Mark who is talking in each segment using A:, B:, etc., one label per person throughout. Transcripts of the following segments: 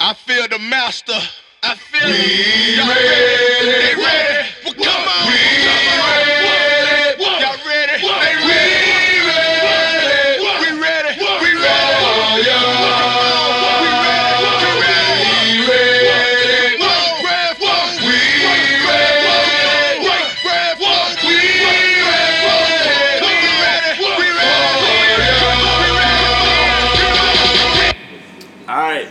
A: I feel the master. I feel we y'all ready. They ready. Well, come on. We ready. Y'all ready. They ready. We ready. We ready. We ready. We ready. Whoa. Grab one. Whoa. Grab one. We ready. We ready.
B: All right,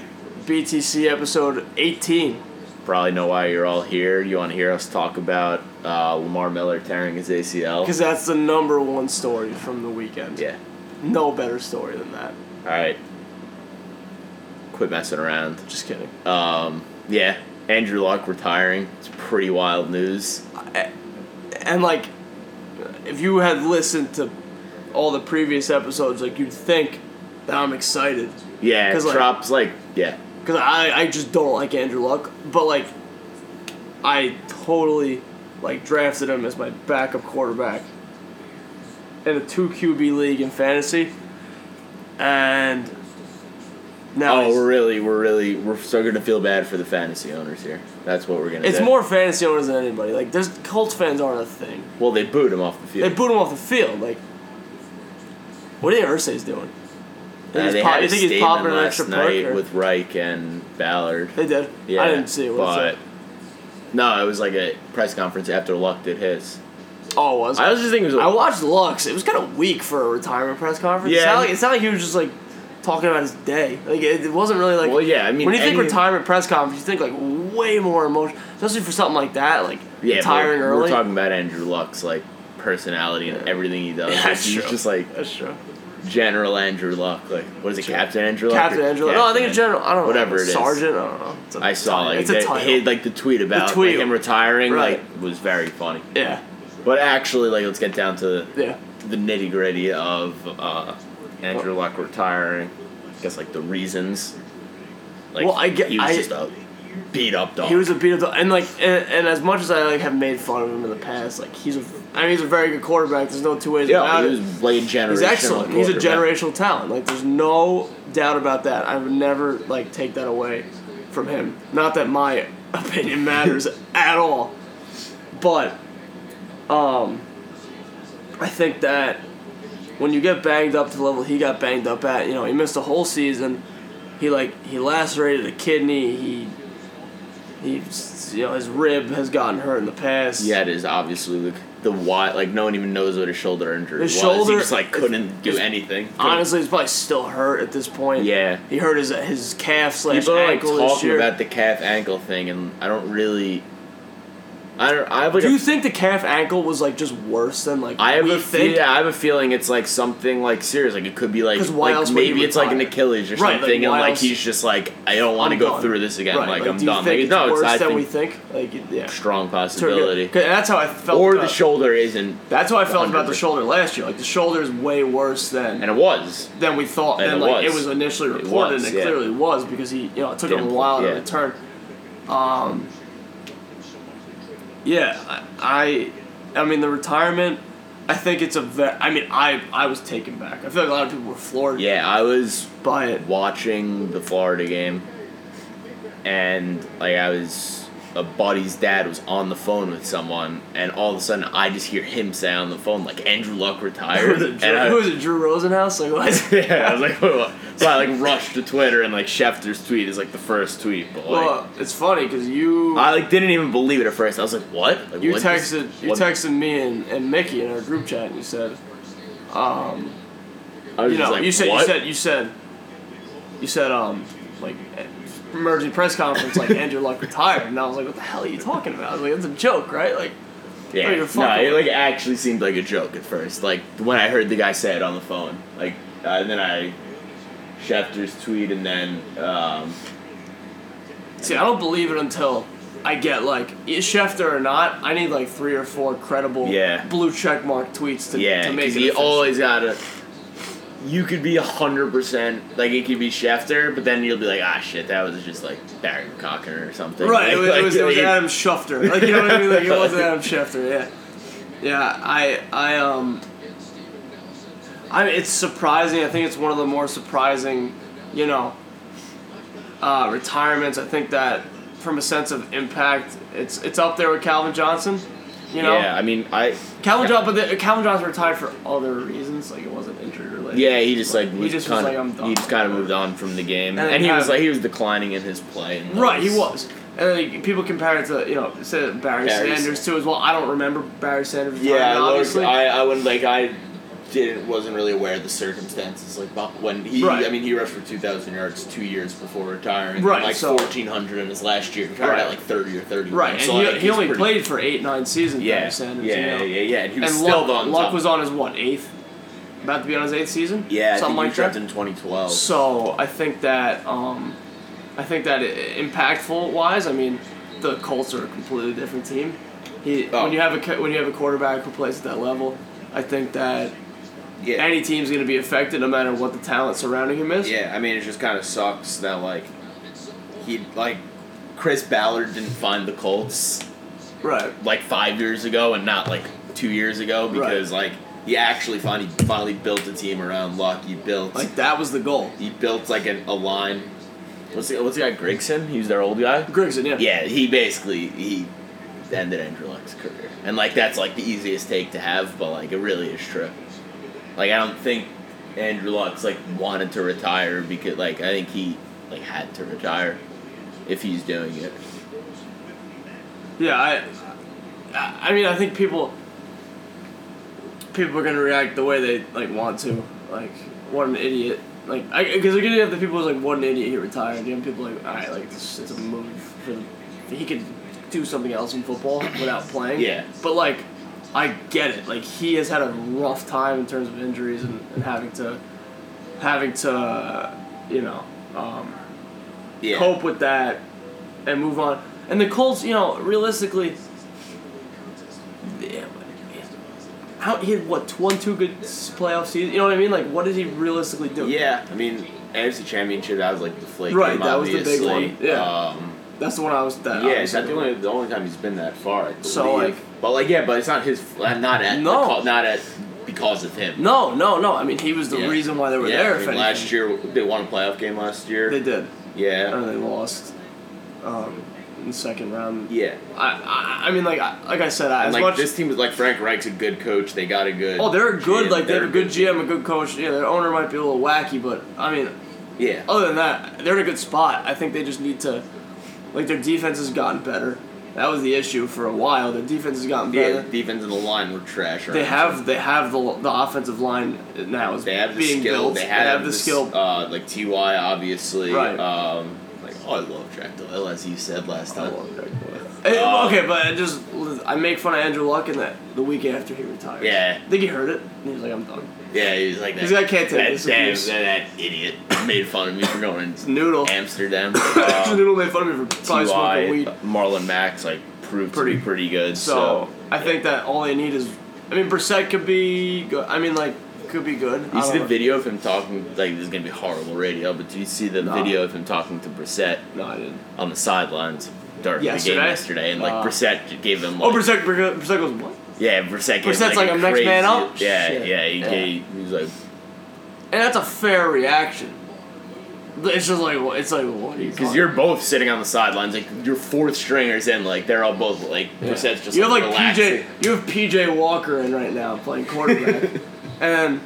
B: BTC episode 18.
C: Probably know why you're all here. You want to hear us talk about uh, Lamar Miller tearing his ACL?
B: Because that's the number one story from the weekend.
C: Yeah.
B: No better story than that.
C: All right. Quit messing around.
B: Just kidding.
C: Yeah. Andrew Luck retiring. It's pretty wild news.
B: and, like, if you had listened to all the previous episodes, like, you'd think that I'm excited.
C: Yeah.
B: 'Cause, like-
C: Drops like, yeah.
B: Because I, I just don't like Andrew Luck. But, like, I totally, like, drafted him as my backup quarterback in a 2 QB league in fantasy. And now
C: Oh,
B: he's-
C: we're really, we're really, we're so gonna feel bad for the fantasy owners here. That's what we're gonna.
B: It's
C: do.
B: more fantasy owners than anybody. Like, there's Colts fans aren't a thing.
C: Well, they booed him off the
B: They
C: field.
B: boot him off the field. Like, what do you think Ursay's doing?
C: Uh,
B: he's
C: they
B: pop-
C: had
B: you
C: a
B: think he's
C: statement
B: popping an
C: last
B: extra perk,
C: night
B: or-
C: with Reich and Ballard.
B: They did.
C: Yeah,
B: I didn't see it. What
C: but
B: it said.
C: no, it was like a press conference after Luck did his.
B: Oh, it was.
C: I was just thinking it was. a-
B: I watched Lux. It was kind of weak for a retirement press conference. It's
C: Yeah.
B: not like, it's not like he was just like talking about his day. Like it, it wasn't really like.
C: Well, yeah, I mean,
B: when you think
C: any-
B: retirement press conference, you think like way more emotion, especially for something like that, like
C: yeah, but
B: retiring
C: we're,
B: early.
C: We're talking about Andrew Luck's like personality and everything he does.
B: Yeah, that's
C: he's
B: true.
C: just like
B: That's true.
C: General Andrew Luck. Like what is it, Captain Andrew Luck?
B: Captain
C: or-
B: Angelo. No, I think it's
C: Captain Andrew-
B: general. I don't know.
C: Whatever it is.
B: Sergeant. I don't know. It's a
C: I saw
B: title.
C: like
B: it's a
C: that-
B: title.
C: his, like the tweet about like,
B: tweet.
C: him retiring
B: Right.
C: like was very funny.
B: yeah.
C: But actually, like let's get down to
B: Yeah.
C: the nitty gritty of uh, Andrew Luck retiring. I guess like the reasons. Like
B: Well, I get-
C: he was
B: I-
C: just a beat up dog.
B: He was a beat up dog, and like, and, and as much as I like have made fun of him in the past, like he's a, I mean, he's a very good quarterback. There's no two ways
C: yeah,
B: about
C: he
B: it.
C: was late generational.
B: he's excellent. He's a
C: quarterback.
B: generational talent. Like, there's no doubt about that. I would never like take that away from him. Not that my opinion matters at all, but, um, I think that when you get banged up to the level he got banged up at, you know, he missed a whole season. He like he lacerated a kidney. He he you know his rib has gotten hurt in the past.
C: Yeah, it is obviously the, the why. Like no one even knows what his shoulder injury
B: His
C: was.
B: shoulder-
C: he just like couldn't do anything.
B: Honestly, he's probably still hurt at this point.
C: Yeah.
B: he hurt his his calf slash
C: people are like
B: ankle this
C: talking
B: year.
C: about the calf ankle thing, and I don't really. I don't. I have like.
B: Do
C: a-
B: you think the calf ankle was like just worse than like
C: I have
B: we
C: a
B: think?
C: feel, yeah, I have a feeling it's like something like serious. Like it could be like,
B: 'Cause why
C: like,
B: else would he
C: maybe it's like an
B: retire?
C: Achilles or
B: Right, like,
C: something, and
B: why
C: like
B: else-
C: he's just like I don't want to
B: I'm
C: go
B: done.
C: through this again.
B: Right,
C: Like, I'm
B: do you
C: done.
B: Think
C: Like
B: it's
C: no,
B: worse
C: it's I
B: than
C: think
B: we think. Like it- yeah,
C: strong
B: It's pretty good.
C: possibility.
B: 'Cause That's how I felt.
C: Or the
B: about-
C: shoulder isn't,
B: That's how I felt about the
C: 100%.
B: shoulder last year. Like the shoulder is way worse than
C: and it was.
B: than we thought.
C: And
B: Than
C: it
B: like
C: was.
B: it was initially
C: It
B: reported,
C: was,
B: and it
C: yeah.
B: clearly was because he, you know, it took him a
C: Didn't-
B: while
C: yeah.
B: to return. Um, yeah, I, I I mean the retirement. I think it's a. Ve- I mean, I I was taken back. I feel like a lot of people were floored
C: Yeah, I was
B: by it.
C: watching the Florida game, and like I was a buddy's dad was on the phone with someone, and all of a sudden I just hear him say on the phone like Andrew Luck
B: Who
C: retired,
B: was it,
C: and
B: Drew,
C: I,
B: who was it, Drew Rosenhaus? Like what?
C: yeah, I was like, "Wait, what?" so I like rushed to Twitter and like Schefter's tweet is like the first tweet, but like
B: well, it's funny because you
C: I like didn't even believe it at first. I was like, what? Like,
B: you
C: what just-
B: texted you
C: what-
B: texted me and, and Mickey in our group chat and you said
C: I was
B: you
C: just
B: know
C: like,
B: you said
C: what?
B: you said you said you said um like eh, emergency press conference like Andrew Luck retired and I was like what the hell are you talking about? I was like that's a joke right like
C: yeah,
B: oh, you're
C: no,
B: fucking-
C: it like actually seemed like a joke at first. Like when I heard the guy say it on the phone, like uh, and then I Schefter's tweet and then um,
B: see I don't believe it until I get like is Schefter or not I need like three or four credible
C: Yeah.
B: blue check mark tweets to
C: yeah,
B: to make it
C: because you
B: official.
C: always gotta. You could be hundred percent like it could be Schefter, but then you'll be like, ah, shit, that was just like Barry Cochran or something.
B: Right, it was,
C: Like-
B: it was, it was
C: like-
B: Adam Schefter. Like you know what I mean? Like it wasn't Adam Schefter. Yeah, yeah. I I um. I mean, it's surprising. I think it's one of the more surprising, you know, uh, retirements. I think that from a sense of impact, it's it's up there with Calvin Johnson. You know,
C: Yeah, I mean, I.
B: Calvin Johnson, but the, Calvin Johnson retired for other reasons. Like it wasn't injury related.
C: Yeah, he just like
B: he just was
C: kinda,
B: like I'm done.
C: He just kind of moved on from the game,
B: And
C: and,
B: then
C: he was
B: kinda-
C: like he was declining in his play. And that
B: Right, he was. And like, people compare it to you know say Barry,
C: Barry
B: Sanders too as well. I don't remember Barry Sanders.
C: Yeah,
B: retiring,
C: I, looked,
B: obviously.
C: I I wouldn't like I didn't wasn't really aware of the circumstances like but when he
B: Right.
C: I mean he rushed for two thousand yards two years before retiring
B: Right,
C: like
B: so-
C: fourteen hundred in his last year retired
B: Right.
C: at like thirty or thirty
B: right, and
C: so
B: he,
C: like,
B: he
C: he's
B: only
C: pretty-
B: played for eight nine seasons.
C: yeah
B: Barry Sanders,
C: yeah,
B: you know?
C: yeah yeah and he was
B: and
C: still
B: Luck,
C: on
B: Luck
C: top.
B: was on his what eighth, about to be on his eighth season.
C: yeah I
B: something
C: think he
B: like
C: was
B: that.
C: drafted in twenty twelve
B: So I think that um, I think that i- impactful wise, I mean, the Colts are a completely different team. He,
C: Oh.
B: when you have a cu- when you have a quarterback who plays at that level, I think that
C: yeah
B: any team's going to be affected no matter what the talent surrounding him is.
C: yeah I mean it just kind of sucks that like he like Chris Ballard didn't find the Colts
B: Right.
C: like five years ago and not like two years ago because like he actually finally finally built a team around Luck. He built
B: Like that was the goal.
C: he built like an, a line. What's the what's the guy Gregson? He was their old guy.
B: Grigson, yeah.
C: Yeah, he basically he ended Andrew Luck's career, and like that's like the easiest take to have, but like it really is true. Like I don't think Andrew Luck's like wanted to retire because like I think he like had to retire if he's doing it.
B: Yeah, I, I I mean, I think people, people are gonna react the way they like want to. Like, what an idiot! Like, because you're gonna have the people who's like, what an idiot he retired. You have people like, all right, like this is a move for the, he could do something else in football without playing.
C: Yeah.
B: But like, I get it. Like he has had a rough time in terms of injuries and, and having to, having to, uh, you know. Um,
C: Yeah.
B: cope with that and move on. And the Colts, you know, realistically, yeah, how he had what one two good s- playoff season. You know what I mean? Like, what did he realistically do?
C: Yeah, I mean AFC Championship. That was like the flake.
B: Right,
C: game,
B: that was the big
C: obviously.
B: one, yeah.
C: um,
B: that's the one I was. That
C: yeah.
B: I was
C: Is that the
B: thinking.
C: only the only time he's been that far? I
B: So,
C: believe.
B: like-
C: but like, yeah, but it's not his. uh, Not at
B: No.
C: because- not at because of him.
B: No, no, no. I mean, he was the
C: Yeah.
B: reason why they were
C: yeah,
B: there.
C: I
B: if
C: mean, last
B: anything.
C: year they won a playoff game last year.
B: they Oh, did, and
C: yeah,
B: they lost um, in the second round.
C: yeah.
B: I, I, I mean, like, I, like I said, I,
C: And
B: as
C: like
B: much
C: this team is like Frank Reich's a good coach. They got a good.
B: oh, they're good.
C: GM,
B: like they have
C: they're
B: a good GM, a good coach. Yeah, their owner might be a little wacky, but I mean,
C: Yeah,
B: other than that, they're in a good spot. I think they just need to, like, their defense has gotten better. That was the issue for a while. Their defense has gotten
C: yeah.
B: better.
C: The defense and the line were trash.
B: They
C: around.
B: have they have the, the offensive line now is
C: They have the
B: being
C: skill.
B: built.
C: They have,
B: have the
C: this,
B: skill.
C: Uh, like Ty, obviously.
B: Right.
C: Um, like oh, I love Jack Doyle, as you said last time.
B: Eh,
C: Uh,
B: okay, but I just I make fun of Andrew Luck in that the week after he retired.
C: Yeah.
B: I think he heard it. And he was like, I'm done.
C: Yeah, he was like that.
B: He's like, "I can't take
C: that,
B: this
C: damn-
B: abuse."
C: that, that idiot made fun of me for going to
B: Noodle.
C: Amsterdam. um,
B: Noodle made fun of me for probably
C: TY,
B: smoking weed.
C: uh, Marlon Max like proved
B: Pretty-
C: pretty to be pretty good.
B: So
C: So,
B: I think that all they need is, I mean, Brissett could be good. I mean, like could be good. I
C: you see
B: don't
C: the
B: know.
C: video of him talking like this is gonna be horrible radio, but do you see the
B: No.
C: video of him talking to Brissett
B: No, I didn't.
C: on the sidelines during the
B: Yesterday?
C: game yesterday? And like
B: Uh,
C: Brissett gave him like
B: Oh, Brissett, Brissett, Brissett goes what?
C: yeah, Brissett gave him,
B: Brissett's like,
C: a
B: "I'm next man
C: crazy-
B: up?"
C: Yeah,
B: Shit.
C: yeah, he,
B: Yeah.
C: Gave, he was like
B: And that's a fair reaction. It's just like well, it's like what?
C: because you're both sitting on the sidelines like your fourth stringers and like they're all both like Brissett's just
B: you have like
C: relaxing.
B: PJ. You have PJ Walker in right now playing quarterback, and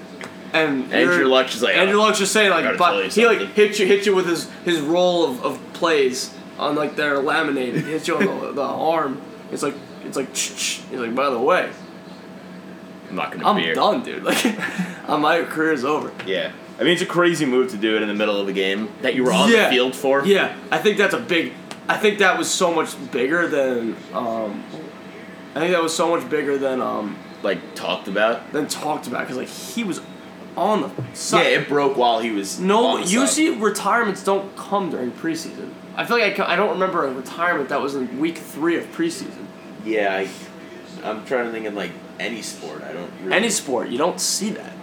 B: and
C: Andrew
B: you're-
C: Luck's just like,
B: Andrew
C: "Oh,
B: Luck's just saying
C: gotta
B: like
C: tell
B: but
C: you
B: he like
C: something."
B: hits you hits you with his his roll of, of plays on like their laminated hits you on the, the arm. It's like it's like he's like by the way
C: I'm not gonna
B: I'm
C: be here.
B: done dude like my career's over.
C: Yeah. I mean, it's a crazy move to do it in the middle of a game that you were on
B: Yeah.
C: the field for.
B: Yeah, I think that's a big. I think that was so much bigger than. Um, I think that was so much bigger than um,
C: Like, talked about.
B: than talked about because like he was on the side.
C: Yeah, it broke while he was.
B: no,
C: on the
B: you
C: side.
B: see, retirements don't come during preseason. I feel like I, ca- I don't remember a retirement that was in week three of preseason.
C: Yeah, I, I'm trying to think in like any sport. I don't. Really,
B: Any sport, you don't see that.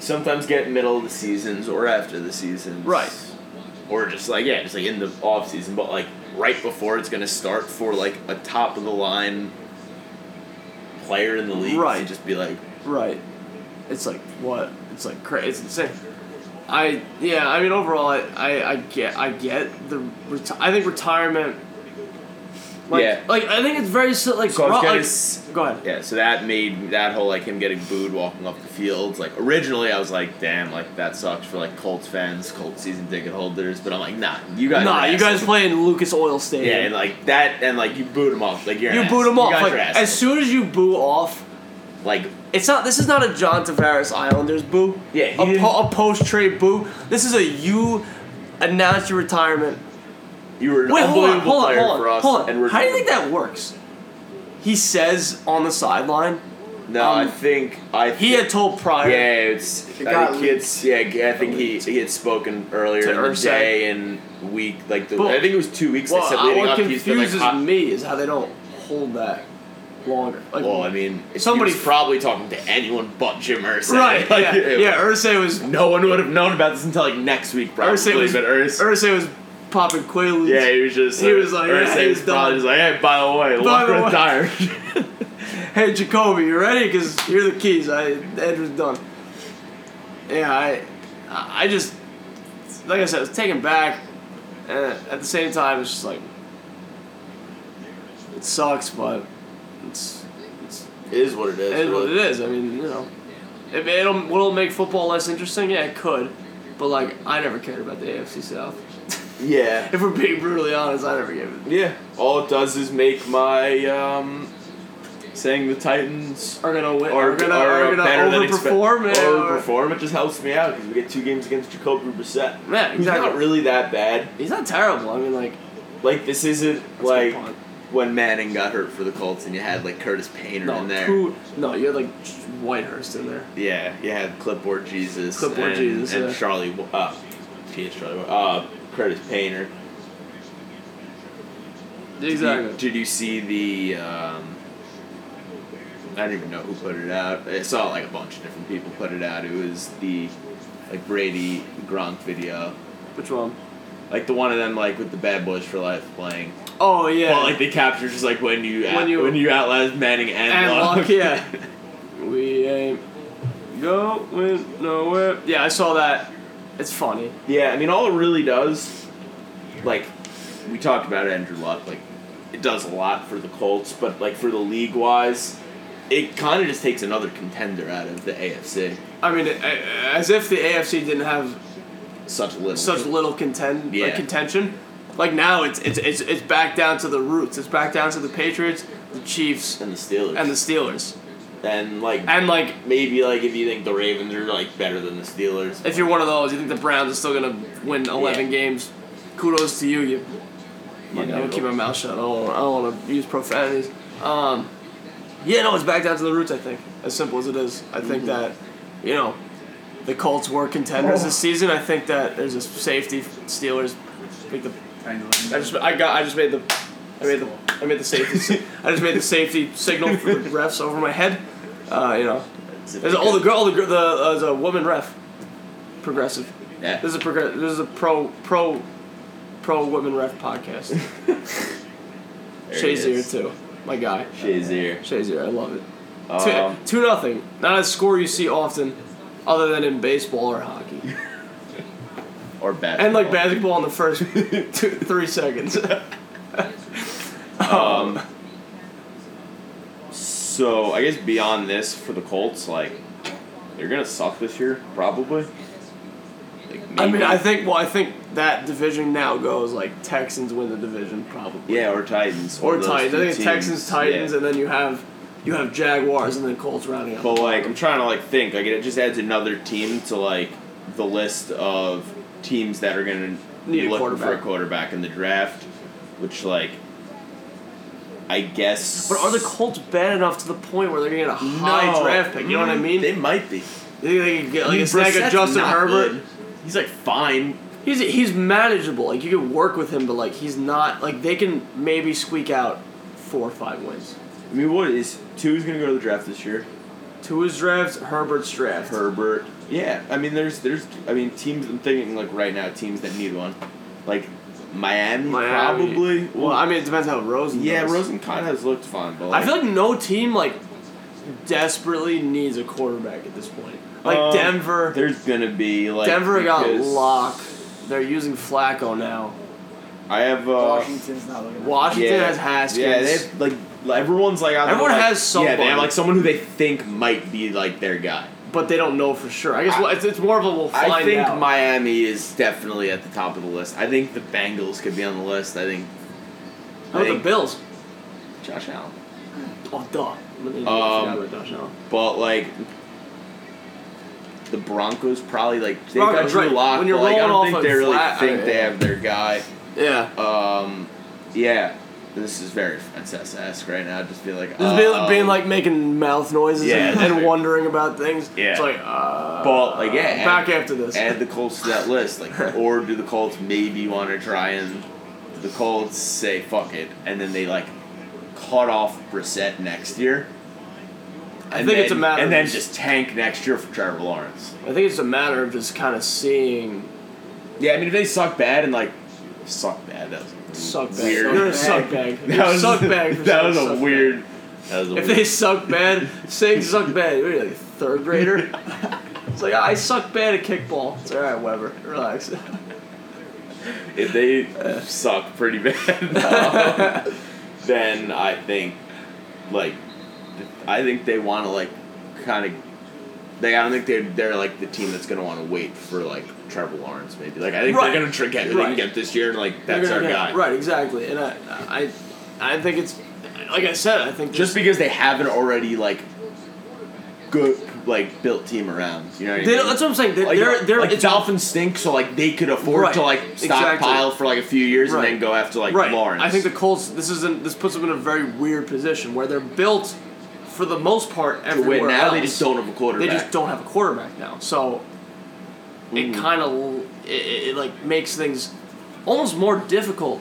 C: Sometimes get middle of the seasons or after the seasons.
B: Right.
C: Or just like yeah, just like in the off season, but like right before it's gonna start for like a top of the line player in the league. to
B: Right.
C: Just be like,
B: Right. It's like what? It's like crazy. It's insane. I yeah, I mean overall, I, I, I get I get the reti- I think retirement. Like,
C: Yeah.
B: like I think it's very si- like,
D: So I was
B: Gronk-
D: gonna
B: like,
D: s-
B: go ahead.
C: Yeah, so that made that whole like him getting booed walking off the field. Like originally, I was like, "Damn, like that sucks for like Colts fans, Colts season ticket holders." But I'm like, "Nah, you guys."
B: Nah,
C: are
B: you
C: ass.
B: guys play in Lucas Oil Stadium.
C: Yeah, and like that, and like you booed him off. Like you're
B: you
C: an
B: boot
C: ass.
B: him
C: You
B: off.
C: guys
B: Like,
C: are ass.
B: as soon as you boo off,
C: like
B: it's not. This is not a John Tavares Islanders boo.
C: Yeah, he
B: a,
C: didn't-
B: po- a post trade boo. This is a you announce your retirement.
C: you were an
B: Wait, hold on,
C: unbelievable
B: hold on,
C: player
B: hold on,
C: for us,
B: hold on.
C: and we're
B: How do you think that works? He says on the sideline.
C: No, I
B: um,
C: think I.
B: He had told Pryor.
C: Yeah, it's.
D: It
C: I
D: got
C: think it's. Yeah, I think he he had spoken earlier
B: To
C: in the
B: Ursac.
C: day and week. Like the,
B: Well-
C: I think it was two weeks.
B: Well,
C: they said
B: I-
C: leading
B: what
C: up, he's been like.
B: confuses
C: hot-
B: me is how they don't hold back longer. Like,
C: Well, I mean, if he
B: Somebody-
C: was probably talking to anyone but Jim Irsay.
B: right?
C: Like,
B: yeah,
C: it-
B: yeah. Ursay was
C: No one would have known about this until like next week, probably.
B: Ursay was
C: but Urs,
B: Ursay was popping quaaludes.
C: yeah, he was just.
B: he was like, yeah,
C: Ursay
B: he's
C: was probably
B: done.
C: just like, hey, by the way,
B: By the
C: Locke
B: way."
C: retired.
B: hey Jacoby, you ready? Because here are the keys. I Andrew's done. Yeah, I, I just, like I said, I was taken back, and at the same time, it's just like, it sucks, but it's it's
C: it is what it is.
B: it is what
C: really.
B: it is. I mean, you know, if it'll will it make football less interesting? Yeah, it could, but like I never cared about the AFC South.
C: Yeah.
B: If we're being brutally honest, I never gave it.
D: Yeah. All it does is make my um, saying the Titans
B: Are gonna win.
D: are,
B: Are, gonna
D: are,
B: are gonna
D: better than expected.
B: overperform and- or-
D: Overperform. It just helps me out because we get two games against Jacoby Brissett.
B: Yeah,
D: Who's
B: exactly.
D: not really that bad.
B: He's not terrible. I mean, like
D: Like this isn't
B: a
D: like
B: good point.
C: When Manning got hurt for the Colts and you had like Curtis Painter
B: no,
C: in there.
B: two- no, you had like Whitehurst in there.
C: Yeah, you had Clipboard Jesus.
B: Clipboard
C: and,
B: Jesus,
C: And
B: yeah.
C: Charlie. Wa- Uh, P.S. Charlie. Wa- Uh, Curtis Painter. Did you, did you see the. Um, I don't even know who put it out. I saw like a bunch of different people put it out. It was the like Brady Gronk video,
B: Which one?
C: like the one of them like with the Bad Boys for Life playing.
B: Oh yeah.
C: Well, like they captured just like when you
B: When
C: when
B: you-
C: you when you outlast Manning and,
B: and
C: Locke.
B: Locke, yeah. we ain't going nowhere. Yeah, I saw that. It's funny.
C: Yeah, I mean, all it really does, like, we talked about Andrew Luck, like, it does a lot for the Colts, but, like, for the league wise, it kind of just takes another contender out of the AFC.
B: I mean, it, as if the AFC didn't have
C: Such little.
B: such little contend
C: Yeah.
B: like contention. Like now, it's, it's it's it's back down to the roots. It's back down to the Patriots, the Chiefs,
C: And the Steelers.
B: and the Steelers.
C: And, like,
B: And like,
C: maybe, like, if you think the Ravens are, like, better than the Steelers.
B: if you're one of those, you think the Browns are still gonna win 11
C: Yeah.
B: games? Kudos to you. You,
C: You
B: I'm gonna
C: know.
B: keep my mouth shut. I don't, wanna- I don't want to use profanities. Um, yeah, no, it's back down to the roots. I think, as simple as it is, I think that, you know, the Colts were contenders this season. I think that there's a safety Steelers. I think the I just I got I just made the I made the I made the safety si- I just made the safety signal for the refs over my head. Uh, you know, there's all the girl, all the girl, the uh, there's a woman ref, progressive.
C: Yeah.
B: This is a progress. This is a pro pro pro women ref podcast.
C: There it
B: Shazier
C: is.
B: too, my guy.
C: Shazier.
B: Shazier, I love it. Two,
C: Um,
B: two nothing. Not a score you see often, other than in baseball or hockey,
C: or basketball.
B: and like basketball in the first two, three seconds.
C: Um, so I guess beyond this for the Colts, like they're gonna suck this year, probably. Like,
B: I mean,
C: maybe-
B: I think. Well, I think that division now goes like Texans win the division probably,
C: yeah, or Titans,
B: or
C: those
B: Titans. I
C: two
B: think it's
C: teams,
B: Texans, Titans,
C: yeah.
B: and then you have you have Jaguars, and then Colts rounding up.
C: But like, I'm trying to like think. Like, it just adds another team to like the list of teams that are gonna
B: Need
C: be
B: a
C: looking for a
B: quarterback.
C: quarterback in the draft, which like, I guess.
B: But are the Colts bad enough to the point where they're gonna get a high
C: No.
B: draft pick? You know what I mean?
C: They might be.
B: You think they could get like
C: I mean,
B: a snag of
C: Brissett's
B: Justin
C: not
B: Herbert?
C: good. He's like fine.
B: He's he's manageable. Like you can work with him, but like he's not like they can maybe squeak out four or five wins.
C: I mean, what is two's gonna go to the draft this year?
B: Two is drafts, Herbert's draft.
C: Herbert. Yeah, I mean, there's there's I mean teams. I'm thinking like right now teams that need one, like Miami,
B: Miami.
C: probably.
B: Well, I mean, it depends how Rosen.
C: yeah,
B: does.
C: Rosen kind of has looked fine, but
B: I
C: like,
B: feel like no team like desperately needs a quarterback at this point. Like
C: Um,
B: Denver.
C: There's gonna be like
B: Denver got
C: because
B: Locke. They're using Flacco now.
C: I have uh,
E: Washington's not looking.
B: Washington
C: yeah,
B: has Haskins.
C: Yeah, they have, like everyone's like out there,
B: Everyone
C: like-
B: has someone.
C: Yeah, they have like someone who they think might be like their guy.
B: but they don't know for sure. I guess well, it's, it's more of a we'll find
C: I think
B: out.
C: Miami is definitely at the top of the list. I think the Bengals could be on the list. I think
B: How about Oh, the Bills?
C: Josh Allen.
B: Oh, duh. I forgot
C: Um,
B: about Josh Allen.
C: But like the Broncos probably like they
B: Broncos,
C: got Drew
B: right.
C: Lock.
B: When you're
C: but, like, I
B: rolling off uh,
C: don't think
B: a
C: they really
B: flat-
C: think
B: I-
C: they have their guy.
B: Yeah.
C: Um, yeah, this is very princess-esque right now. I just feel like
B: Just being,
C: uh,
B: being like making mouth noises
C: Yeah,
B: and, and
C: dude.
B: wondering about things.
C: Yeah.
B: It's like, uh.
C: But, like, yeah, add-
B: Back after this.
C: add the Colts to that list, like, or do the Colts maybe want to try and the Colts say fuck it, and then they like cut off Brissett next year.
B: I
C: and
B: think it's a
C: then-
B: matter
C: and
B: of
C: then
B: just-
C: just tank next year for Trevor Lawrence.
B: I think it's a matter of just kind of seeing.
C: Yeah, I mean if they suck bad and like suck bad, that was a
B: Suck bag.
C: Weird.
B: You're a suck bag. You're
C: that
B: a
C: was
B: suck bag for
C: that
B: saying
C: was a
B: suck bag.
C: weird. That was a
B: If
C: weird.
B: they suck bad, saying suck bad, what are you, like a third grader? It's like, "Ah, I suck bad at kickball. It's alright, Weber.
C: Oh,
B: Relax.
C: if they suck pretty bad, um, then I think, like, I think they want to like, kind of. They, I don't think they're they're like the team that's gonna want to wait for like Trevor Lawrence maybe. Like I think
B: Right.
C: they're gonna try to get who they
B: Right.
C: can get this year and like
B: They're
C: that's
B: gonna
C: our
B: get-
C: guy.
B: Right, exactly. And I, I, I think it's, like I said, I think
C: Just because they haven't already like good like built team around. You know what I
B: They
C: mean?
B: don't- that's what I'm saying. They're,
C: Like,
B: they're, they're
C: like
B: it's,
C: Dolphins stink, so like they could afford
B: Right.
C: to like stockpile
B: Exactly.
C: for like a few years
B: Right.
C: and then go after like
B: right.
C: Lawrence.
B: I think the Colts. This is in, this puts them in a very weird position where they're built, for the most part,
C: to
B: everywhere
C: win now
B: else.
C: they just don't have a
B: They
C: quarterback. Hmm.
B: just don't have a quarterback now. So it kind of it, it, it like makes things almost more difficult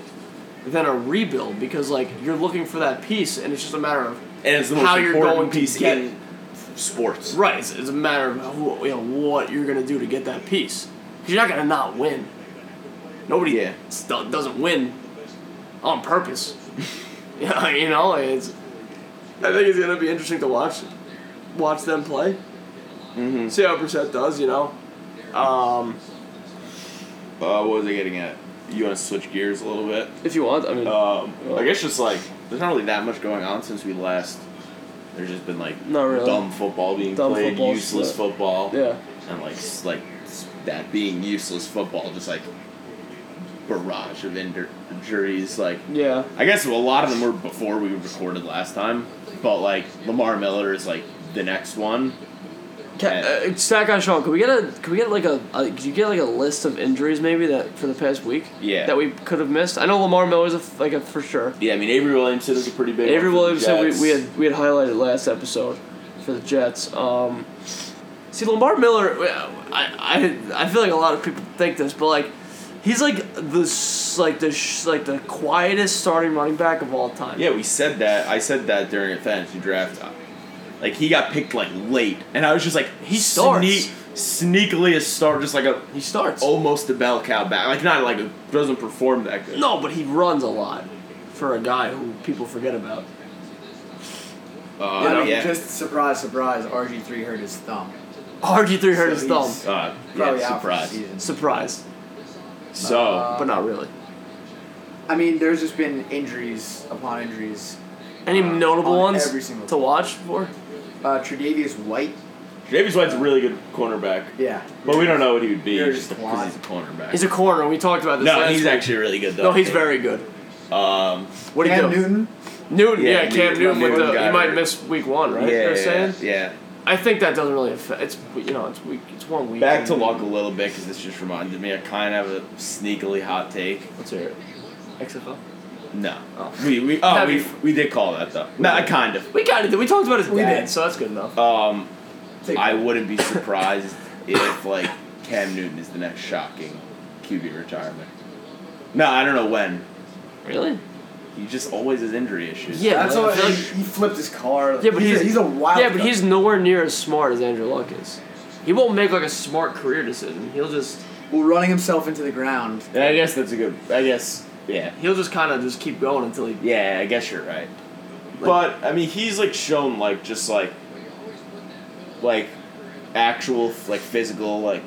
B: than a rebuild because like you're looking for that piece and it's just a matter of
C: and it's the most
B: how you're
C: important
B: going to
C: piece
B: get
C: in sports.
B: Right, it's, it's a matter of who, you know what you're gonna do to get that piece. 'Cause you're not gonna not win. Nobody
C: Yeah.
B: st- doesn't win on purpose. yeah, you know it's. I think it's gonna be interesting to watch, watch them play. Mm-hmm. See how Brissett does, you know. Um,
C: Uh, what was I getting at? You want to switch gears a little bit?
B: if you want, I mean,
C: Um, I guess just like there's not really that much going on since we last. There's just been like
B: Not really.
C: dumb football being
B: Dumb
C: played,
B: football,
C: useless
B: yeah.
C: football,
B: yeah.
C: and like s- like s- that being useless football, just like barrage of injur- injuries. Like
B: Yeah,
C: I guess a lot of them were before we recorded last time, but like Lamar Miller is like the next one.
B: Can, uh, Stack on Sean. Can we get a? Can we get like a? a could you get like a list of injuries maybe that for the past week?
C: Yeah.
B: That we could have missed. I know Lamar Miller's a, f- like a for sure.
C: Yeah, I mean Avery Williamson is a pretty big.
B: Avery
C: one for the
B: Williamson, we,
C: Jets.
B: we had we had highlighted last episode for the Jets. Um, see, Lamar Miller, I, I I feel like a lot of people think this, but like he's like the s- like the sh- like the quietest starting running back of all time.
C: Yeah, we said that. I said that during a fantasy draft. Like he got picked like late, and I was just like he
B: starts.
C: sneak, sneakily a start, just like a
B: he starts.
E: Oh.
C: almost a bell cow back. Like not like a, doesn't perform that good.
B: No, but he runs a lot for a guy who people forget about.
C: uh,
E: I mean,
C: yeah.
E: just surprise, surprise. RG three hurt his thumb.
B: RG three hurt
E: So
B: his
E: he's
B: thumb.
C: uh,
E: Probably
C: yeah,
E: out for the
C: surprise.
E: season.
B: Surprise,
C: So
E: Uh,
B: but not really.
E: I mean, there's just been injuries upon injuries.
B: Any
E: uh,
B: notable
E: on
B: ones
E: every single-
B: to watch for?
E: Uh, Tre'Davious White.
C: James White's a really good cornerback,
E: Yeah.
C: but we don't know what he would be
E: You're
C: just
E: just
C: because he's a
E: blind.
C: cornerback.
B: He's a corner. We talked about this.
C: no,
B: last
C: he's
B: week.
C: actually really good though.
B: No, he's
C: I
B: very good.
C: think. Um,
B: What do you do?
E: Cam Newton.
B: Newton, yeah,
C: Yeah,
B: Cam
C: Newton.
B: Newton, with
C: Newton
B: the,
C: got
B: he might
C: hurt.
B: miss week one, right?
C: yeah,
B: They're
C: yeah,
B: saying.
C: yeah.
B: I think that doesn't really affect. It's you know, it's week, it's one week.
C: Back to luck a little bit because this just reminded me. I kind of have a sneakily hot take.
B: Let's hear it. XFL.
C: No.
B: Oh.
C: We we oh
B: Have
C: we,
B: you-
C: we did call that though. No, I kind of.
B: We got it. We Uh, talked about his
E: We
B: dad,
E: did.
B: so that's good enough.
C: Um,
E: Take
C: I wouldn't be surprised if like Cam Newton is the next shocking QB retirement. No, I don't know when.
B: Really?
C: He just always has injury issues.
B: Yeah,
E: That's
B: but
E: why
B: I feel
E: he,
B: like-
E: he flipped his car.
B: Yeah, but
E: he's,
B: he's
E: a, he's a wild.
B: Yeah, but
E: card.
B: he's nowhere near as smart as Andrew Luck is. He won't make like a smart career decision. He'll just
E: well, running himself into the ground.
C: And I guess that's a good. I guess yeah.
B: he'll just kind of just keep going until he.
C: Yeah, I guess you're right. But I mean, he's like shown like just like like actual like physical like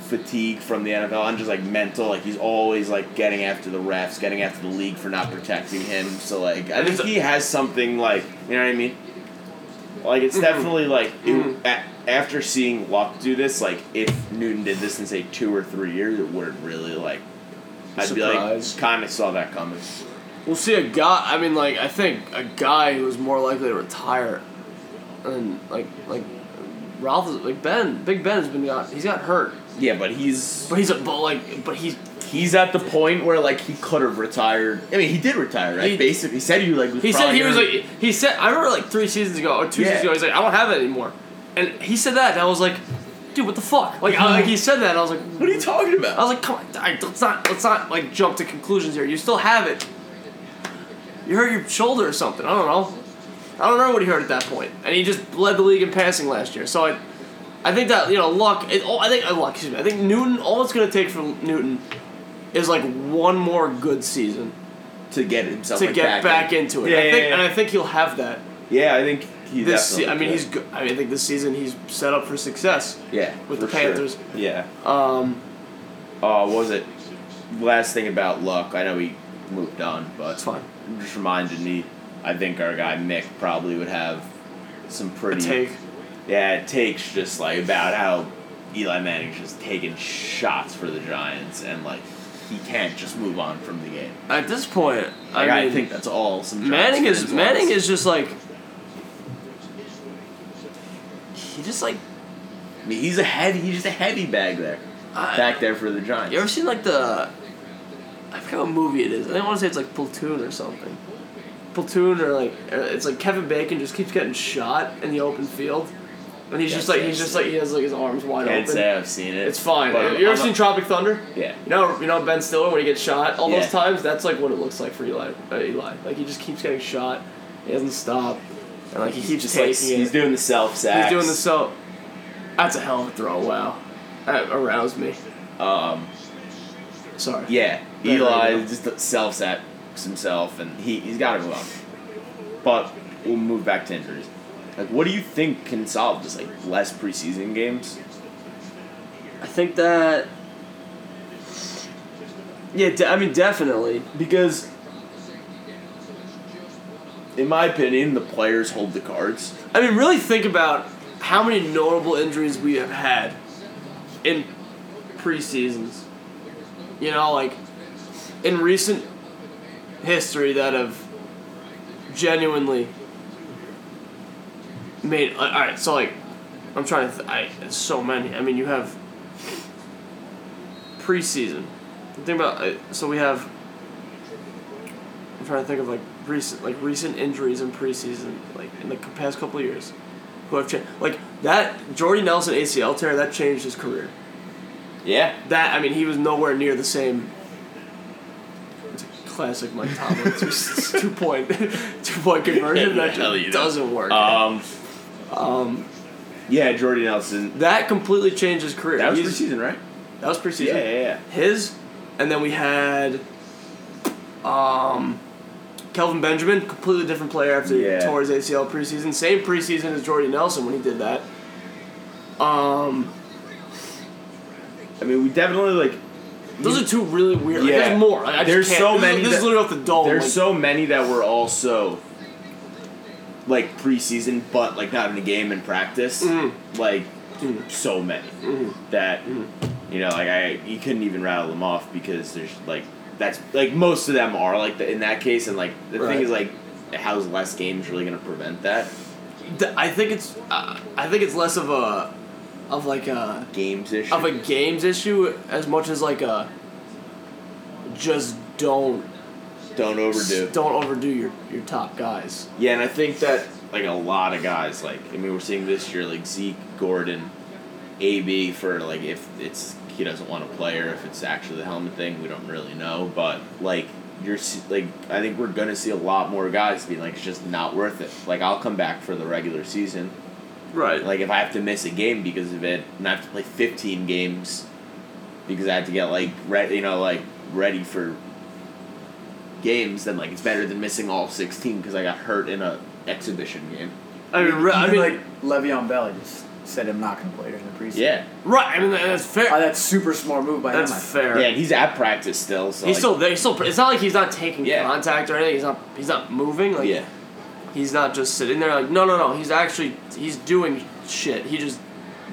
C: fatigue from the NFL and just like mental like he's always like getting after the refs, getting after the league for not protecting him. So like I
B: And
C: think
B: it's a-
C: he has something like you know what I mean. Like
B: Mm-hmm.
C: it's definitely like it, a, after seeing Luck do this, like if Newton did this in say two or three years, it would have really like I'd
B: Surprise.
C: be like kind of saw that coming.
B: We'll see a guy. I mean, like I think a guy who's more likely to retire, and like like Ralph is like Ben. Big Ben has been got. He's got hurt,
C: Yeah, but he's
B: but he's a but like but he's
C: he's at the point where like he could have retired.
F: I mean, he did retire, right?
B: He-
F: Basically, he said he like. Was
B: He said
F: probably
B: he was
F: gonna-
B: like he said I remember like three seasons ago or two
F: Yeah.
B: seasons ago he's like I don't have it anymore, and he said that and I was like, dude what the fuck like I, like he said that and I was like
F: What are you talking about?
B: I was like come on I, let's not let's not like jump to conclusions here you still have it, you hurt your shoulder or something I don't know, I don't remember what he hurt at that point and he just led the league in passing last year so I, I think that you know luck it, oh, I think uh, luck excuse me I think Newton all it's gonna take from Newton, is like one more good season
F: to get himself
B: to
F: like,
B: get back,
F: in.
B: into it.
C: Yeah,
B: I think,
C: yeah, yeah.
B: And I think he'll have that
C: Yeah, I think he
B: this. Se- I
C: definitely
B: mean,
C: could.
B: he's. Go- I mean, I think this season he's set up for success.
C: yeah
B: with
C: for
B: the Panthers.
C: Sure. Yeah.
B: Um,
C: Uh, what was it? Last thing about Luck. I know he moved on, but
B: that's fine.
C: just reminded me. I think our guy Mick probably would have some
B: A
C: pretty
B: take.
C: Yeah, it takes just like about how Eli Manning's just taking shots for the Giants and like he can't just move on from the game.
B: At this point, I
C: Like,
B: mean,
C: I, think that's all. Some Giants
B: Manning is
C: fans
B: Manning
C: wants.
B: is just like. He just like.
F: I mean, he's a heavy. He's just a heavy bag there,
B: I-
F: back there for the Giants.
B: You ever seen like the? I forget what movie it is. I think I want to say it's like Platoon or something. Platoon or like or it's like Kevin Bacon just keeps getting shot in the open field, and he's just
C: Yes,
B: like he's
C: yes.
B: just like he has like his arms wide
C: Can't
B: open.
C: say I've seen it.
B: It's fine.
C: but
B: you ever
C: I'm
B: seen
C: not-
B: Tropic Thunder?
C: Yeah.
B: You know, you know Ben Stiller when he gets shot all
C: Yeah.
B: those times. That's like what it looks like for Eli. Uh, Eli, like he just keeps getting shot. He doesn't stop, and like he keeps
C: Just like,
B: taking
C: he's
B: it.
C: doing the self sack.
B: He's doing the so. That's a hell of a throw. Wow, that aroused me.
C: Um,
B: Sorry.
C: yeah,
B: Right,
C: Eli
B: right, right.
C: just self sacks himself, and he he's got to move on. But we'll move back to injuries. Like, what do you think can solve just like less preseason games?
B: I think that. Yeah, de- I mean definitely.
C: Because, in my opinion, the players hold the cards.
B: I mean, really think about how many notable injuries we have had in preseasons. You know, like in recent history that have genuinely made. uh, All right, so like I'm trying to. Th- I it's so many. I mean, you have preseason. Think about uh, so we have. I'm trying to think of like recent like recent injuries in preseason like in the c- past couple of years, who have changed like that Jordy Nelson ACL tear that changed his career.
C: Yeah.
B: That I mean he was nowhere near the same. It's a classic Mike Tomlin two, two point two point conversion
C: Yeah,
B: that
C: hell you
B: just
C: know.
B: doesn't work.
C: Um. Yeah, Jordy Nelson.
B: that completely changed his career.
C: That was
B: He's-
C: preseason, right?
B: That was preseason.
C: Yeah, yeah, yeah.
B: His, and then we had, um, Kelvin Benjamin, completely different player after
C: Yeah.
B: he tore his ACL preseason. Same preseason as Jordy Nelson when he did that. Um,
C: I mean, we definitely like.
B: those are two really weird. Like,
C: Yeah.
B: there's more. Like, I just
C: There's
B: can't-
C: so
B: this is-
C: many
B: This is
C: that-
B: literally off the dome.
C: There's
B: like,
C: so many that were also like preseason, but like not in a game in practice.
B: Mm-hmm.
C: Like so many that
B: Mm-hmm.
C: you know, like I you couldn't even rattle them off because there's like that's like most of them are like the, in that case, and like the
B: Right.
C: thing is like how's less games really going to prevent that
B: th- I think it's. Uh, I think it's less of a, of like a,
C: games issue?
B: of a games issue as much as like a. Just don't
C: Don't overdo.
B: don't overdo your your top guys.
C: Yeah, and I think that like a lot of guys, like I mean, we're seeing this year like Zeke, Gordon, AB for like if it's he doesn't want to play or if it's actually the helmet thing, we don't really know. But like you're s- like I think we're gonna see a lot more guys be like it's just not worth it. Like I'll come back for the regular season.
B: Right.
C: Like if I have to miss a game because of it, and I have to play fifteen games because I have to get like ready, you know, like ready for games, then like it's better than missing all sixteen because I got hurt in a exhibition game.
B: I mean, re- I
E: Even,
B: mean,
E: like Le'Veon Bell he just said I'm not going to play during the preseason.
C: Yeah,
B: Right. I mean, that- that's fair.
E: Oh, that's super smart move by
B: that's
E: him. I-
B: fair.
C: yeah, and he's at practice still. So
B: He's
C: like,
B: still there. He's still. It's not like he's not taking
C: Yeah.
B: contact or anything. He's not. He's not moving. Like
C: yeah,
B: he's not just sitting there. Like no, no, no. He's actually. He's doing shit. He just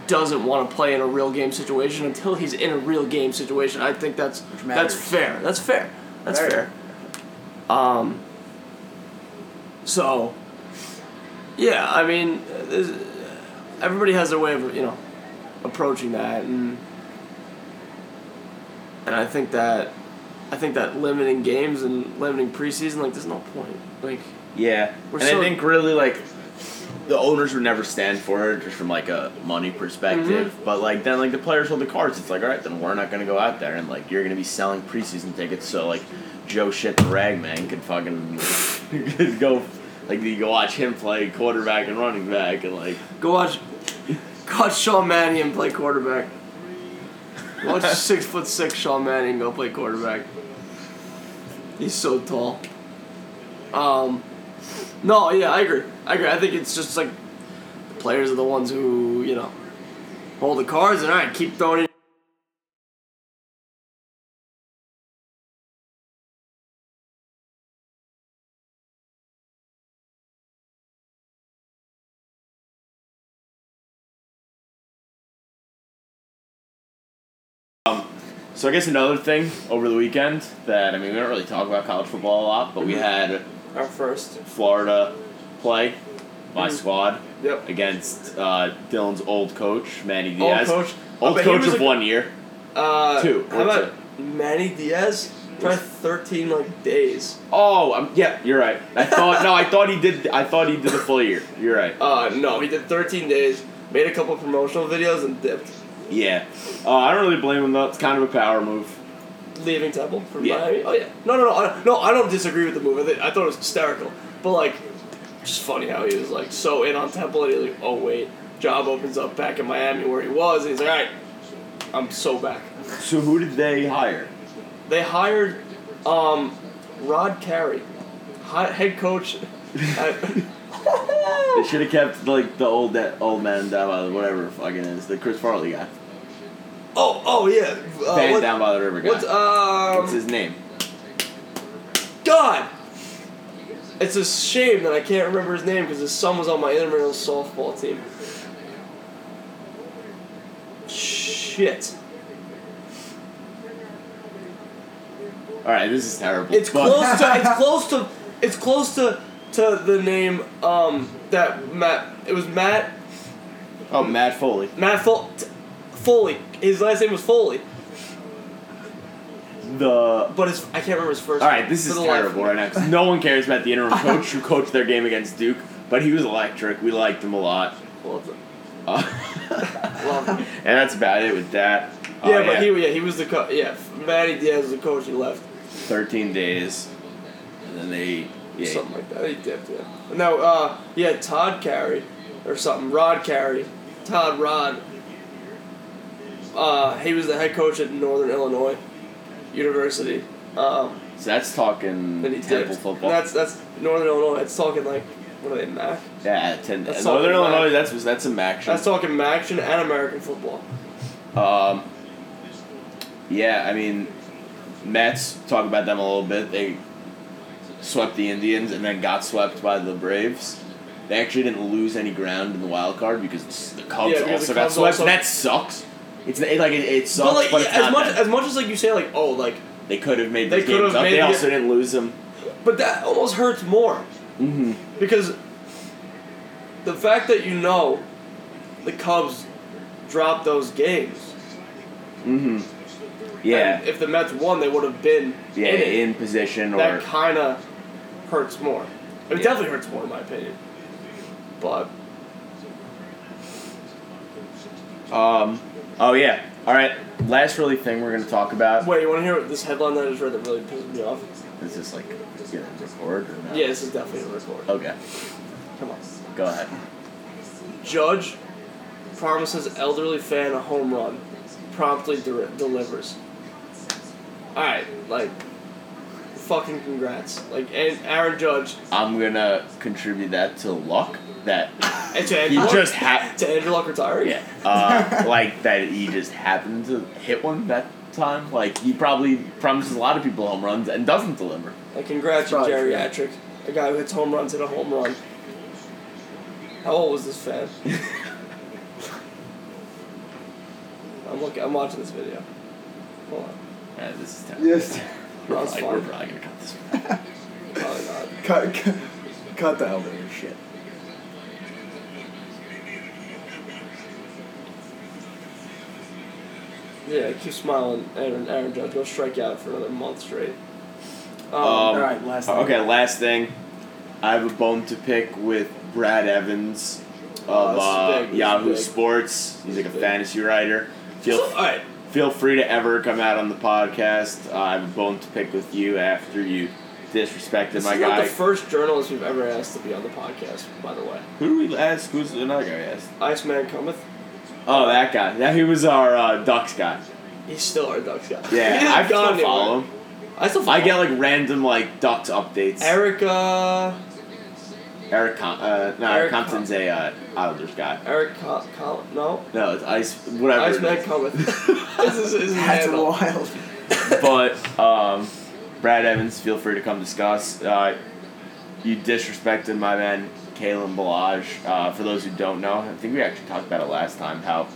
B: doesn't want to play in a real game situation until he's in a real game situation. I think that's that's
E: matters.
B: fair. That's fair. That's
E: Right.
B: fair. Um. So. Yeah, I mean, uh, this- everybody has their way of you know approaching that, and and I think that I think that limiting games and limiting preseason, like, there's no point. Like,
C: yeah.
B: We're
C: and
B: still-
C: I think really like the owners would never stand for it, just from like a money perspective. But like then like the players hold the cards. It's like all right, then we're not gonna go out there and like you're gonna be selling preseason tickets. So like Joe shit the ragman could fucking go like you go watch him play quarterback and running back and like
B: go watch, go watch Sean Mannion play quarterback. Go Watch six foot six Sean Mannion go play quarterback. He's so tall. Um, no, yeah, I agree. I agree. I think it's just like the players are the ones who you know hold the cards and all right, keep throwing in
C: So I guess another thing over the weekend that I mean we don't really talk about college football a lot, but we had
B: our first.
C: Florida play my squad
B: Yep.
C: against uh, Dylan's old coach Manny Diaz,
B: coach? Oh,
C: old
B: but he
C: coach
B: was
C: of
B: a-
C: one year.
B: Uh,
C: Two.
B: How about Manny Diaz? Try thirteen like days.
C: Oh, i yeah, you're right. I thought no, I thought he did. I thought he did the full year. You're right.
B: Uh, no, he did thirteen days. Made a couple promotional videos and dipped,
C: Yeah, uh, I don't really blame him though. It's kind of a power move.
B: leaving Temple for
C: Yeah.
B: Miami. Oh yeah. No, no, no, I, no. I don't disagree with the move. I, thi- I thought it was hysterical, but like, just funny how he was like so in on Temple and he's like, oh wait, job opens up back in Miami where he was, and he's like, all right, I'm so back.
C: So who did they hire?
B: They hired um, Rod Carey, hi- head coach. at- Oh,
C: They should have kept like the old that old man down by the whatever the fucking is the Chris Farley guy,
B: Oh, oh yeah. Uh,
C: Fan
B: what-
C: down by the river guy.
B: What's um?
C: What's his name?
B: God. It's a shame that I can't remember his name because his son was on my intramural softball team. Shit.
C: All right, this is terrible.
B: It's
C: but-
B: close to. It's close to. It's close to to the name um that Matt. It was Matt
C: Oh, Matt Foley.
B: Matt Fol- t- Foley. His last name was Foley,
C: The
B: but his I can't remember his first.
C: all right, this
B: for
C: is
B: the life of
C: terrible
B: me.
C: right now. 'cause No one cares about the interim coach who coached their game against Duke, but he was electric. We liked him a lot,
B: Love him.
C: uh,
B: Love him.
C: and that's about it with that. Uh,
B: yeah, but he yeah he was the co- yeah Matty Diaz was the coach. He left.
C: thirteen days, and then they yeah.
B: something like that. He dipped it. No, uh, yeah, Todd Carey or something. Rod Carey, Todd Rod. Uh, he was the head coach at Northern Illinois University. Um,
C: So that's talking
B: then he
C: Temple
B: dipped.
C: football.
B: That's that's Northern Illinois. It's talking like what are they MAC?
C: yeah, ten,
B: that's
C: Northern
B: talking
C: Illinois.
B: Mac.
C: That's that's a Mac.
B: That's talking MACtion and American football.
C: Um, yeah, I mean, Mets talk about them a little bit. They swept the Indians and then got swept by the Braves. They actually didn't lose any ground in the wild card because the Cubs
B: Yeah, because the Cubs
C: also got swept.
B: also-
C: that sucks. It's it, like it, it sucks,
B: but
C: but,
B: like
C: it's
B: yeah, as
C: not
B: much
C: them.
B: as much as like you say like oh like
C: they could have made
B: They
C: those
B: could
C: games
B: have
C: up.
B: made
C: They
B: the-
C: also didn't lose them.
B: But that almost hurts more. Mm-hmm. Because the fact that you know the Cubs dropped those games.
C: Mm-hmm. Yeah,
B: And if the Mets won, they would have been
C: yeah,
B: in it.
C: in position or
B: that kind of hurts more. It
C: Yeah.
B: definitely hurts more, in my opinion. But
C: um. Oh yeah. All right. Last really thing we're gonna talk about.
B: wait, you want to hear this headline that I just read that really pisses me off?
C: Is this like gonna record or not?
B: Yeah, this is definitely a record.
C: Okay.
B: Come on.
C: Go ahead.
B: Judge promises elderly fan a home run, promptly de- delivers. Alright, like, fucking congrats. Like and Aaron Judge
G: I'm gonna contribute that to luck that
B: and to
G: he
B: Andrew Luck,
G: just happened.
B: to Andrew Luck retiring.
G: Yeah. Uh, like that he just happened to hit one that time. Like he probably promises a lot of people home runs and doesn't deliver.
B: Like congrats, you
E: Probably true.
B: geriatric, a guy who hits home runs hit a home run. How old was this fan? I'm looking. I'm watching this video. Hold on.
G: Yeah, Uh, this is terrible.
E: Yes.
G: We're,
B: That's
G: probably, we're
B: fine.
G: probably gonna cut this.
B: Probably not.
E: Cut, cut, cut the elevator shit.
B: Yeah, keep smiling, and Aaron Judge will strike out for another month straight. Um,
C: Um,
E: All right, last.
C: Okay, last thing. I have a bone to pick with Brad Evans of
B: Oh, this is
C: uh,
B: big. This is
C: Yahoo
B: big.
C: Sports. He's like
B: This
C: a
B: is big.
C: fantasy writer. Feel
B: all right.
C: feel free to ever come out on the podcast. I have a bone to pick with you after you disrespected
B: This
C: my
B: is not
C: guy.
B: the first journalist we've ever asked to be on the podcast, by the way.
C: Who do we ask? Who's another guy we asked?
B: Iceman Cometh,
C: Oh, that guy. That he was our uh, Ducks guy.
B: he's still our Ducks guy. He
C: Yeah,
B: hasn't
C: I still
B: gone anywhere.
C: follow him.
B: I still follow
C: I get
B: him.
C: like random like Ducks updates.
B: Erica.
C: Eric, Con- uh, no,
B: Eric Con-
C: Compton's a uh, Islanders guy.
B: Eric Col- Col- no.
C: No, it's Ice. Whatever. it
B: Iceman
C: is.
B: Cometh. this is his
E: That's
B: handle.
E: wild.
C: but um, Brad Evans, feel free to come discuss. Uh, you disrespected my man Kalen Balaj. Uh, for those who don't know, I think we actually talked about it last time how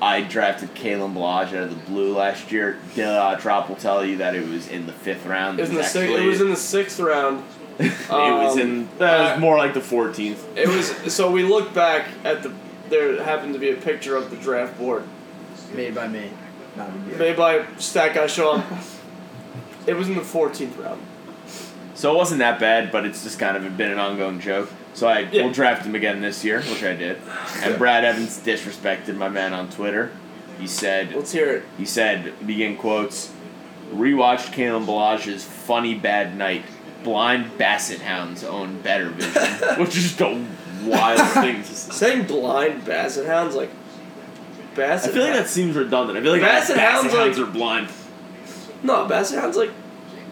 C: I drafted Kalen Balaj out of the blue last year. Uh, Trop will tell you that it was in the fifth round.
B: It was, in the
C: was
B: six,
C: actually,
B: it was in the sixth round.
C: it was
B: um,
C: in- uh, it was more like the fourteenth.
B: It was so we looked back at the. There happened to be a picture of the draft board
E: Made by me. Not a big deal.
B: made by Stack Guy Sean. It was in the 14th round.
C: So it wasn't that bad, but it's just kind of been an ongoing joke. So I
B: Yeah.
C: will draft him again this year, which I did. And Brad Evans disrespected my man on Twitter. He said
B: Let's hear it.
C: he said begin quotes, rewatched Kalen Balaj's funny bad night. Blind basset hounds own better vision, which is the wild thing. To say.
B: Saying blind basset hounds like
C: I
B: basset.
C: feel like
B: hound-
C: that seems redundant. I feel like
B: Basset
C: basset,
B: hounds,
C: hounds
B: like-
C: are blind.
B: no basset hounds like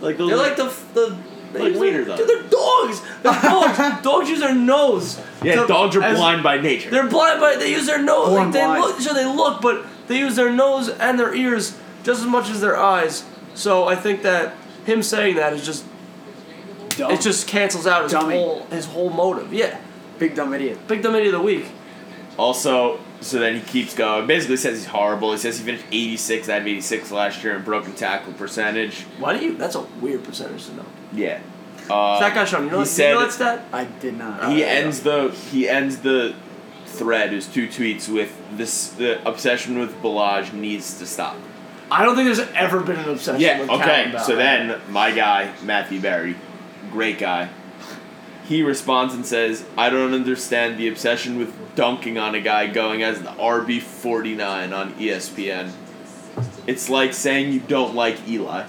C: Like those
B: they're
C: are-
B: like the f- the.
C: Like waiter, though.
B: Dude, they're dogs. They're dogs. dogs use their nose.
C: yeah,
B: to-
C: dogs are
B: as-
C: blind by nature.
B: They're blind, but they use their nose.
E: Born
B: Like, they
E: blind.
B: look, so they look, but they use their nose and their ears just as much as their eyes. So I think that him saying that is just
E: Dumb.
B: it just cancels out his
E: Dummy.
B: whole his whole motive. Yeah,
E: big dumb idiot.
B: big dumb idiot of the week.
C: Also, so then he keeps going. Basically, says he's horrible. He says he finished 86 out of 86 last year in broken tackle percentage.
B: Why do you? That's a weird percentage to know.
C: Yeah. Uh,
B: that guy Sean, you know,
C: he
B: you
C: said-
B: know that stat?
E: I did not.
C: he
B: Oh, yeah.
C: ends the he ends the thread his two tweets with this the obsession with Balaj needs to stop.
B: I don't think there's ever been an obsession.
C: Yeah.
B: with Calvin
C: Okay.
B: Bell.
C: So then my guy Matthew Barry, great guy. He responds and says, "I don't understand the obsession with dunking on a guy going as the RB forty nine on E ESPN. It's like saying you don't like Eli."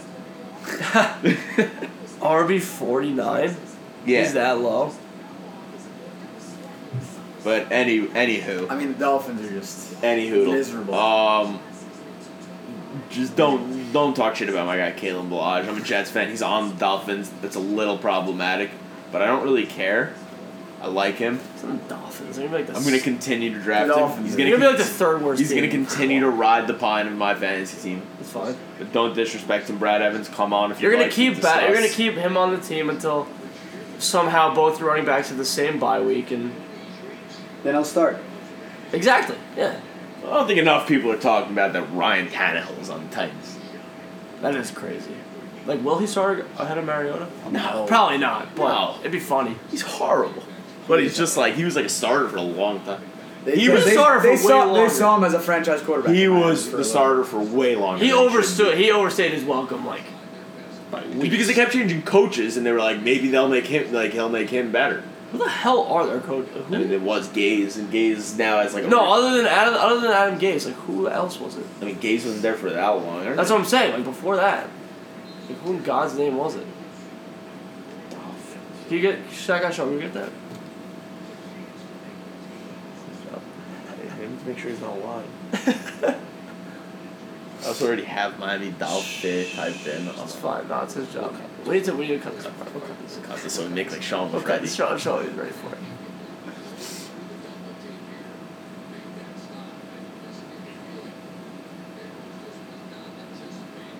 B: RB forty nine.
C: Yeah.
B: He's that low.
C: But any anywho.
E: I mean, the Dolphins are just.
C: Anywho,
E: Miserable.
C: Um, just don't don't talk shit about my guy Kalen Balaj. I'm a Jets fan. He's on the Dolphins. That's a little problematic, but I don't really care. I like him.
B: It's not the Dolphins. They're gonna be like the
C: I'm gonna
B: s-
C: continue to draft
E: The
C: him.
E: Dolphins.
C: He's
B: They're
C: gonna
B: gonna be like the
C: con-
B: third worst.
C: he's
B: team.
C: gonna continue to ride the pine of my fantasy team.
B: It's fine.
C: But don't disrespect him, Brad Evans. Come on, if
B: You're
C: you'd
B: gonna
C: like to
B: keep ba- You're gonna
C: discuss.
B: keep him on the team until somehow both running backs have the same bye week and
E: Then I'll start.
B: exactly. Yeah,
C: I don't think enough people are talking about that Ryan Tannehill's on the Titans.
B: that is crazy. Like, will he start ahead of Mariota?
C: No,
B: Probably not. But
C: No.
B: it'd be funny.
C: he's horrible. But he's just like he was like a starter for a long time.
E: They,
B: He was
E: they,
B: the starter for
E: they
B: way
E: saw,
B: longer.
E: They saw him as a franchise quarterback.
C: He
E: in my
C: was
E: eyes for a
C: the
E: little-
C: starter for way longer.
B: He
C: than should
B: overstood. He overstayed his welcome. Like, by
C: be.
B: weeks.
C: because they kept changing coaches, and they were like, maybe they'll make him like he'll make him better.
B: who the hell are their coach? Who?
C: I mean, it was Gaze, and Gaze now has like a
B: no, other than Adam, other than Adam Gase, like who else was it?
C: I mean, Gaze wasn't there for that long.
B: That's what I'm saying. Like before that, like who in God's name was it? Can you get Shaka Show? Can you get that?
C: I need to make sure he's not lying. I also already have Miami Dolphin typed in. I'm
B: It's
C: like,
B: fine. No, it's his job. We need to. We need to cut this apart. We'll cut this.
C: Cut this so Nick like Sean was
B: We'll cut
C: ready.
B: this. Sean, Sean is ready for it.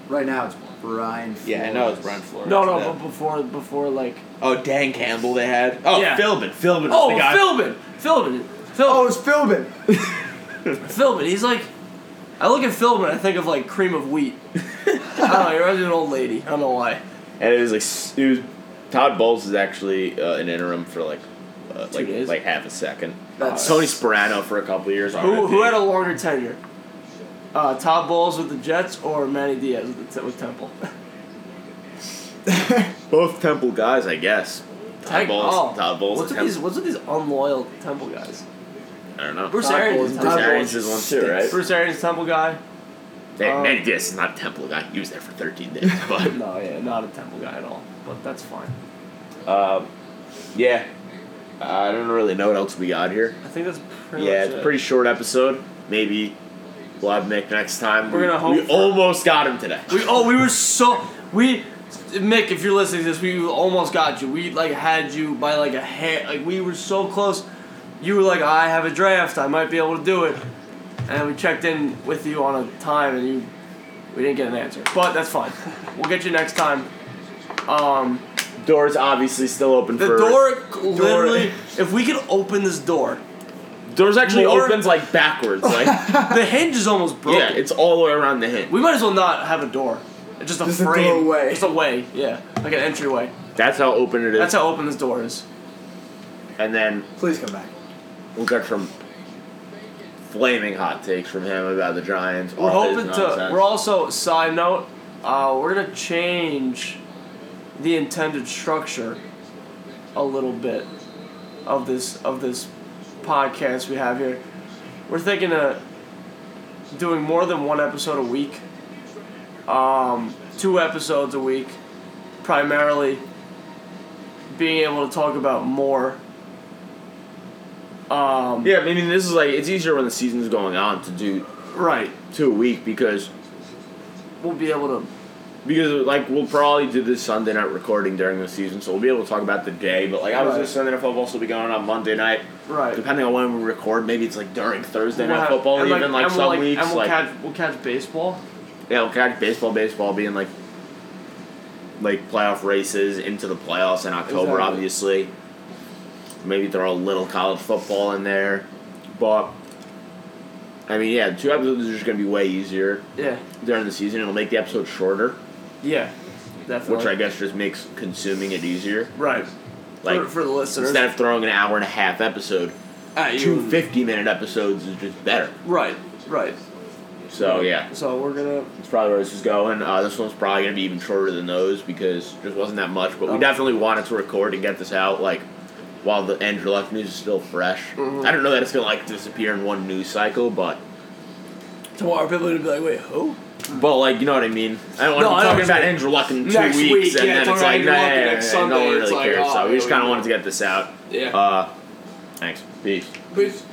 E: Right now it's Brian.
C: Yeah, I know it's Brian
E: Flores.
C: Flores.
B: No, no,
C: yeah.
B: but before, before like.
C: Oh, Dan Campbell they had. Oh,
B: Yeah.
C: Philbin. Philbin was
B: Oh,
C: the guy.
B: Philbin, Philbin, Phil,
E: Oh, it's Philbin.
B: Philbin. He's like, I look at Philbin, I think of like cream of wheat. I don't know. He reminds me of an old lady. I don't know why.
C: And it was like s- it was Todd Bowles is actually uh, an interim for like uh, like
B: days?
C: like half a second.
E: That's-
C: Tony Sperano for a couple of years.
B: Who, who had
C: RIP.
B: a longer tenure? Uh, Todd Bowles with the Jets or Manny Diaz with, the te- with Temple?
C: both Temple guys, I guess. Todd
B: Tech-
C: Bowles,
B: oh.
C: Todd Bowles,
B: What's
C: and
B: with these?
C: Temple.
B: What's with these unloyal Temple guys?
C: I don't know.
B: Bruce
E: Todd
B: Arians.
E: Bowles
B: is
E: and
B: Temple.
C: Bruce
E: Todd
C: Arians is one too, right?
B: Bruce Arians, Temple guy.
C: Hey,
B: um,
C: Manny Diaz is not a Temple guy. He was there for 13 days, but
B: No, yeah, not a Temple guy at all. But that's fine.
C: um, yeah, I don't really know what else we got here.
B: I think that's pretty.
C: Yeah,
B: much
C: it's a
B: it.
C: pretty short episode. Maybe we'll have Nick next time.
B: We're gonna hope
C: We
B: for-
C: almost got him today.
B: We oh we were so we Mick, if you're listening to this, we almost got you. We like had you by like a hair. Like we were so close. You were like, I have a draft. I might be able to do it. And we checked in with you on a time, and you we didn't get an answer. But that's fine. We'll get you next time. Um,
C: Door's obviously still open
B: the
C: for
B: door literally. If we could open this door,
C: Doors actually
B: More-
C: opens like backwards. Like
B: the hinge is almost broken.
C: yeah, it's all the way around the hinge.
B: we might as well not have a door. It's just a
E: Just a
B: frame.
E: doorway.
B: Just a way. Yeah, like an entryway.
C: That's how open it is.
B: That's how open this door is.
C: and then
E: Please come back.
C: we'll get from flaming hot takes from him about the Giants.
B: We're
C: all his
B: hoping to.
C: nonsense.
B: We're also side note. Uh, we're gonna change the intended structure a little bit of this of this podcast we have here. We're thinking of doing more than one episode a week. Um, two episodes a week, primarily. Being able to talk about more. Um,
C: Yeah, I mean this is like it's easier when the season's going on to do
B: Right.
C: two a week because
B: We'll be able to
C: because like we'll probably do this Sunday night recording during the season, so we'll be able to talk about the day. But like I was
B: Right.
C: just Sunday night football, so will be going on Monday night.
B: right.
C: Depending on when we record, maybe it's like during Thursday
B: We'll
C: night
B: have-
C: football,
B: and,
C: even like
B: and we'll,
C: some
B: and
C: weeks
B: we'll
C: like
B: catch, we'll catch baseball.
C: yeah, we'll catch baseball, baseball being like like playoff races into the playoffs in October,
B: Exactly.
C: obviously. Maybe throw a little college football in there, but I mean, yeah, two episodes are just gonna be way easier
B: Yeah,
C: during the season. It'll make the episode shorter,
B: yeah, definitely.
C: which I guess just makes consuming it easier.
B: right
C: Like
B: for, for the listeners.
C: instead of throwing an hour and a half episode,
B: at
C: two 50 minute episodes is just better.
B: Right, right.
C: So yeah,
B: So we're gonna.
C: It's probably where this is going. Uh, this one's probably gonna be even shorter than those because there wasn't that much, but we
B: Oh.
C: definitely wanted to record and get this out like while the Andrew Luck news is still fresh.
B: Mm-hmm.
C: I don't know that it's gonna like disappear in one news cycle, but
B: Tomorrow people are gonna be like, wait, who?
C: but like you know what I mean. I don't want
B: No,
C: to
B: I know
C: be talking
B: what you
C: about
B: mean.
C: Andrew Luck in two
B: Next
C: weeks
B: week,
C: and
B: yeah,
C: then it's
B: talking
C: like
B: about
C: nah,
B: Andrew Luck the
C: yeah,
B: next
C: yeah, no
B: Sunday,
C: one
B: it's
C: really
B: like,
C: cares.
B: oh,
C: so we
B: yeah,
C: just
B: we
C: kind of
B: know.
C: wanted to get this out.
B: Yeah.
C: Uh, thanks. Peace.
B: But-